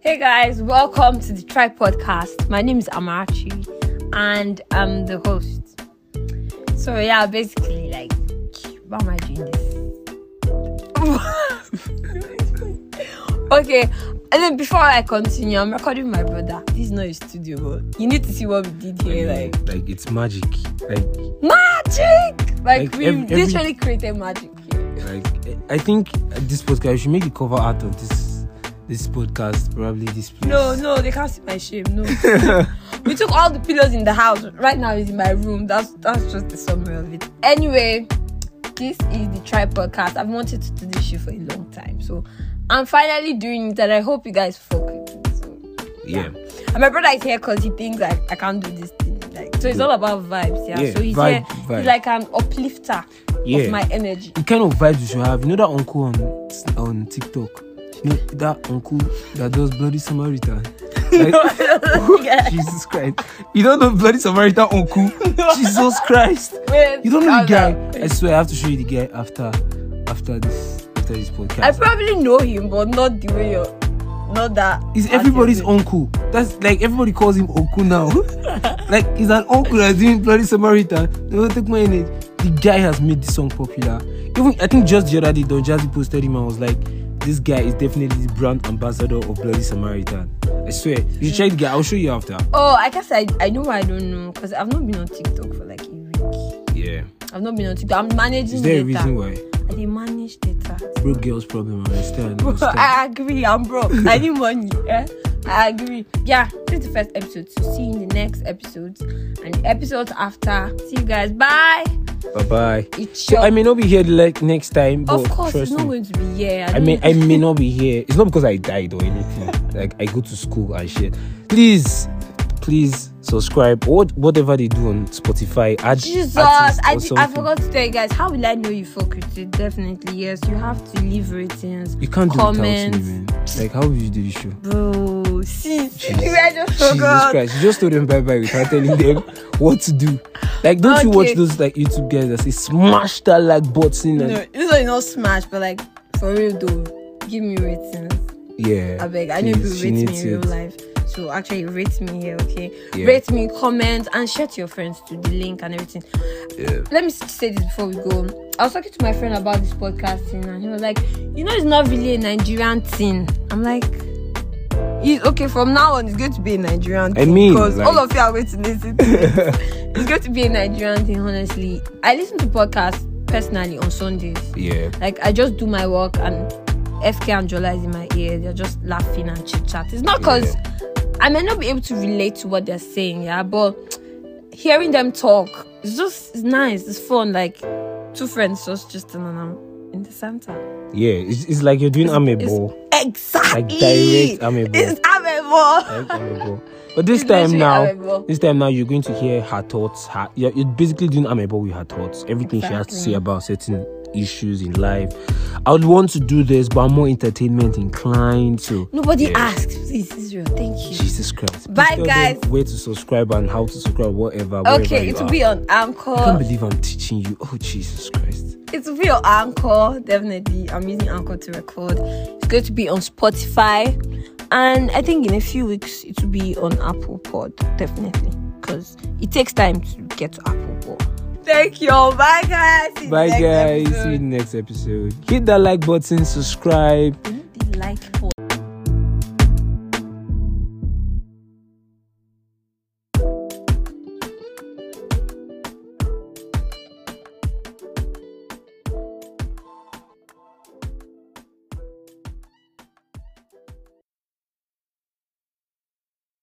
Hey guys, welcome to the Try Podcast. My name is Amarachi and I'm the host. So yeah, basically like why am I doing this? okay, and then before I continue, I'm recording with my brother. This is not his studio, but you need to see what we did here. Like like it's magic like magic! Like, Like, we ev- every- literally created magic here. like i think this podcast we should make the cover art of this this podcast probably this place No, no, they can't see my shame. No. we took all the pillows in the house. Right now it's in my room. That's that's just the summary of it. Anyway, this is the Try Podcast. I've wanted to do this shit for a long time. So I'm finally doing it and I hope you guys fuck with it. So, yeah And my brother is here because he thinks like I can't do this thing. Like so it's all about vibes, yeah. Yeah, so he's vibe, here. vibe. He's like an uplifter Yeah. of my energy. the kind of vibes you should have you know that uncle on on tiktok you know that uncle that does bloody samaritan like, jesus christ you don't know bloody samaritan uncle jesus christ Wait, you don't know calm the down. guy i swear i have to show you the guy after after this after this podcast I probably know him, but not the way you're. Not that. He's accurate. everybody's uncle. That's like everybody calls him uncle now. like he's an uncle that's doing bloody Samaritan. They don't take my name. The guy has made this song popular. Even I think just the other day Don Jazzy posted him and was like, this guy is definitely the brand ambassador of bloody Samaritan. I swear. You should check the guy. I'll show you after. Oh, I guess I, I know I don't know because I've not been on TikTok for like a week. Yeah. I've not been on TikTok. I'm managing Is there a data. reason why? I didn't manage data. Broke girls problem. I understand. I Bro, understand. I agree. I'm broke. I need money. eh? I agree. Yeah, this is the first episode. So see you in the next episodes and the episodes after. See you guys. Bye. Bye bye. It's So your. I may not be here like next time, but of course, it's trust not me. going to be here. I don't- mean, I may not be here. It's not because I died or anything. like I go to school and shit. Please, please subscribe or what- whatever they do on Spotify. Add Jesus, artists I, di- I or something. forgot to tell you guys. How will I know you fuck with it? Definitely, yes. You have to leave ratings. You can't do Comments. without me, man. Like how will you do the show? Bro, see, see, Jesus. I just Jesus forgot. Christ! You just told them bye bye without telling them what to do. Like, don't you Okay. watch those like YouTube guys that say smash that like button and No, this one is not smash, but like for real though, give me ratings. yeah. I beg. I know people please, she rate me in needs real it. life. So actually rate me here, okay? Yeah. Rate me, comment, and share to your friends to the link and everything. Yeah. Let me s- say this before we go. I was talking to my friend about this podcasting, and he was like, "You know, it's not really a Nigerian thing." I'm like, "It- "Okay, from now on, it's going to be a Nigerian I thing mean, because like- all of you are going to listen to it. it's going to be a Nigerian thing, honestly." I listen to podcasts personally on Sundays. Yeah. Like I just do my work and FK and Jola is in my ear. They're just laughing and chit chat. It's not because I may not be able to relate to what they're saying, yeah, but hearing them talk, it's just it's nice. It's fun. Like two friends just just and I'm in the center. Yeah. It's, it's like you're doing it's- amiable. Exactly. Like direct amiable. Eh? It's amiable. Right, Amebo. But this It's time literally now, Amebo. this time now, you're going to hear her thoughts. Her, you're, you're basically doing Amebo with her thoughts. Everything she has to say Exactly. about certain issues in life. I would want to do this, but I'm more entertainment inclined. So, Nobody Yeah. asked. Please, Israel. Thank you. Jesus Christ. Please Bye, tell them guys. Where to subscribe and how to subscribe, whatever. wherever Okay, you it will are. be on I can't Anchor. believe I'm teaching you. Oh, Jesus Christ. It will be on Anchor, definitely. I'm using Anchor to record. It's going to be on Spotify, and I think in a few weeks it will be on Apple Pod, definitely, because it takes time to get to Apple Pod. Thank you. all. Bye, guys. See you Bye, next guys. See you episode. in the next episode. Hit that like button, subscribe. Hit the like button.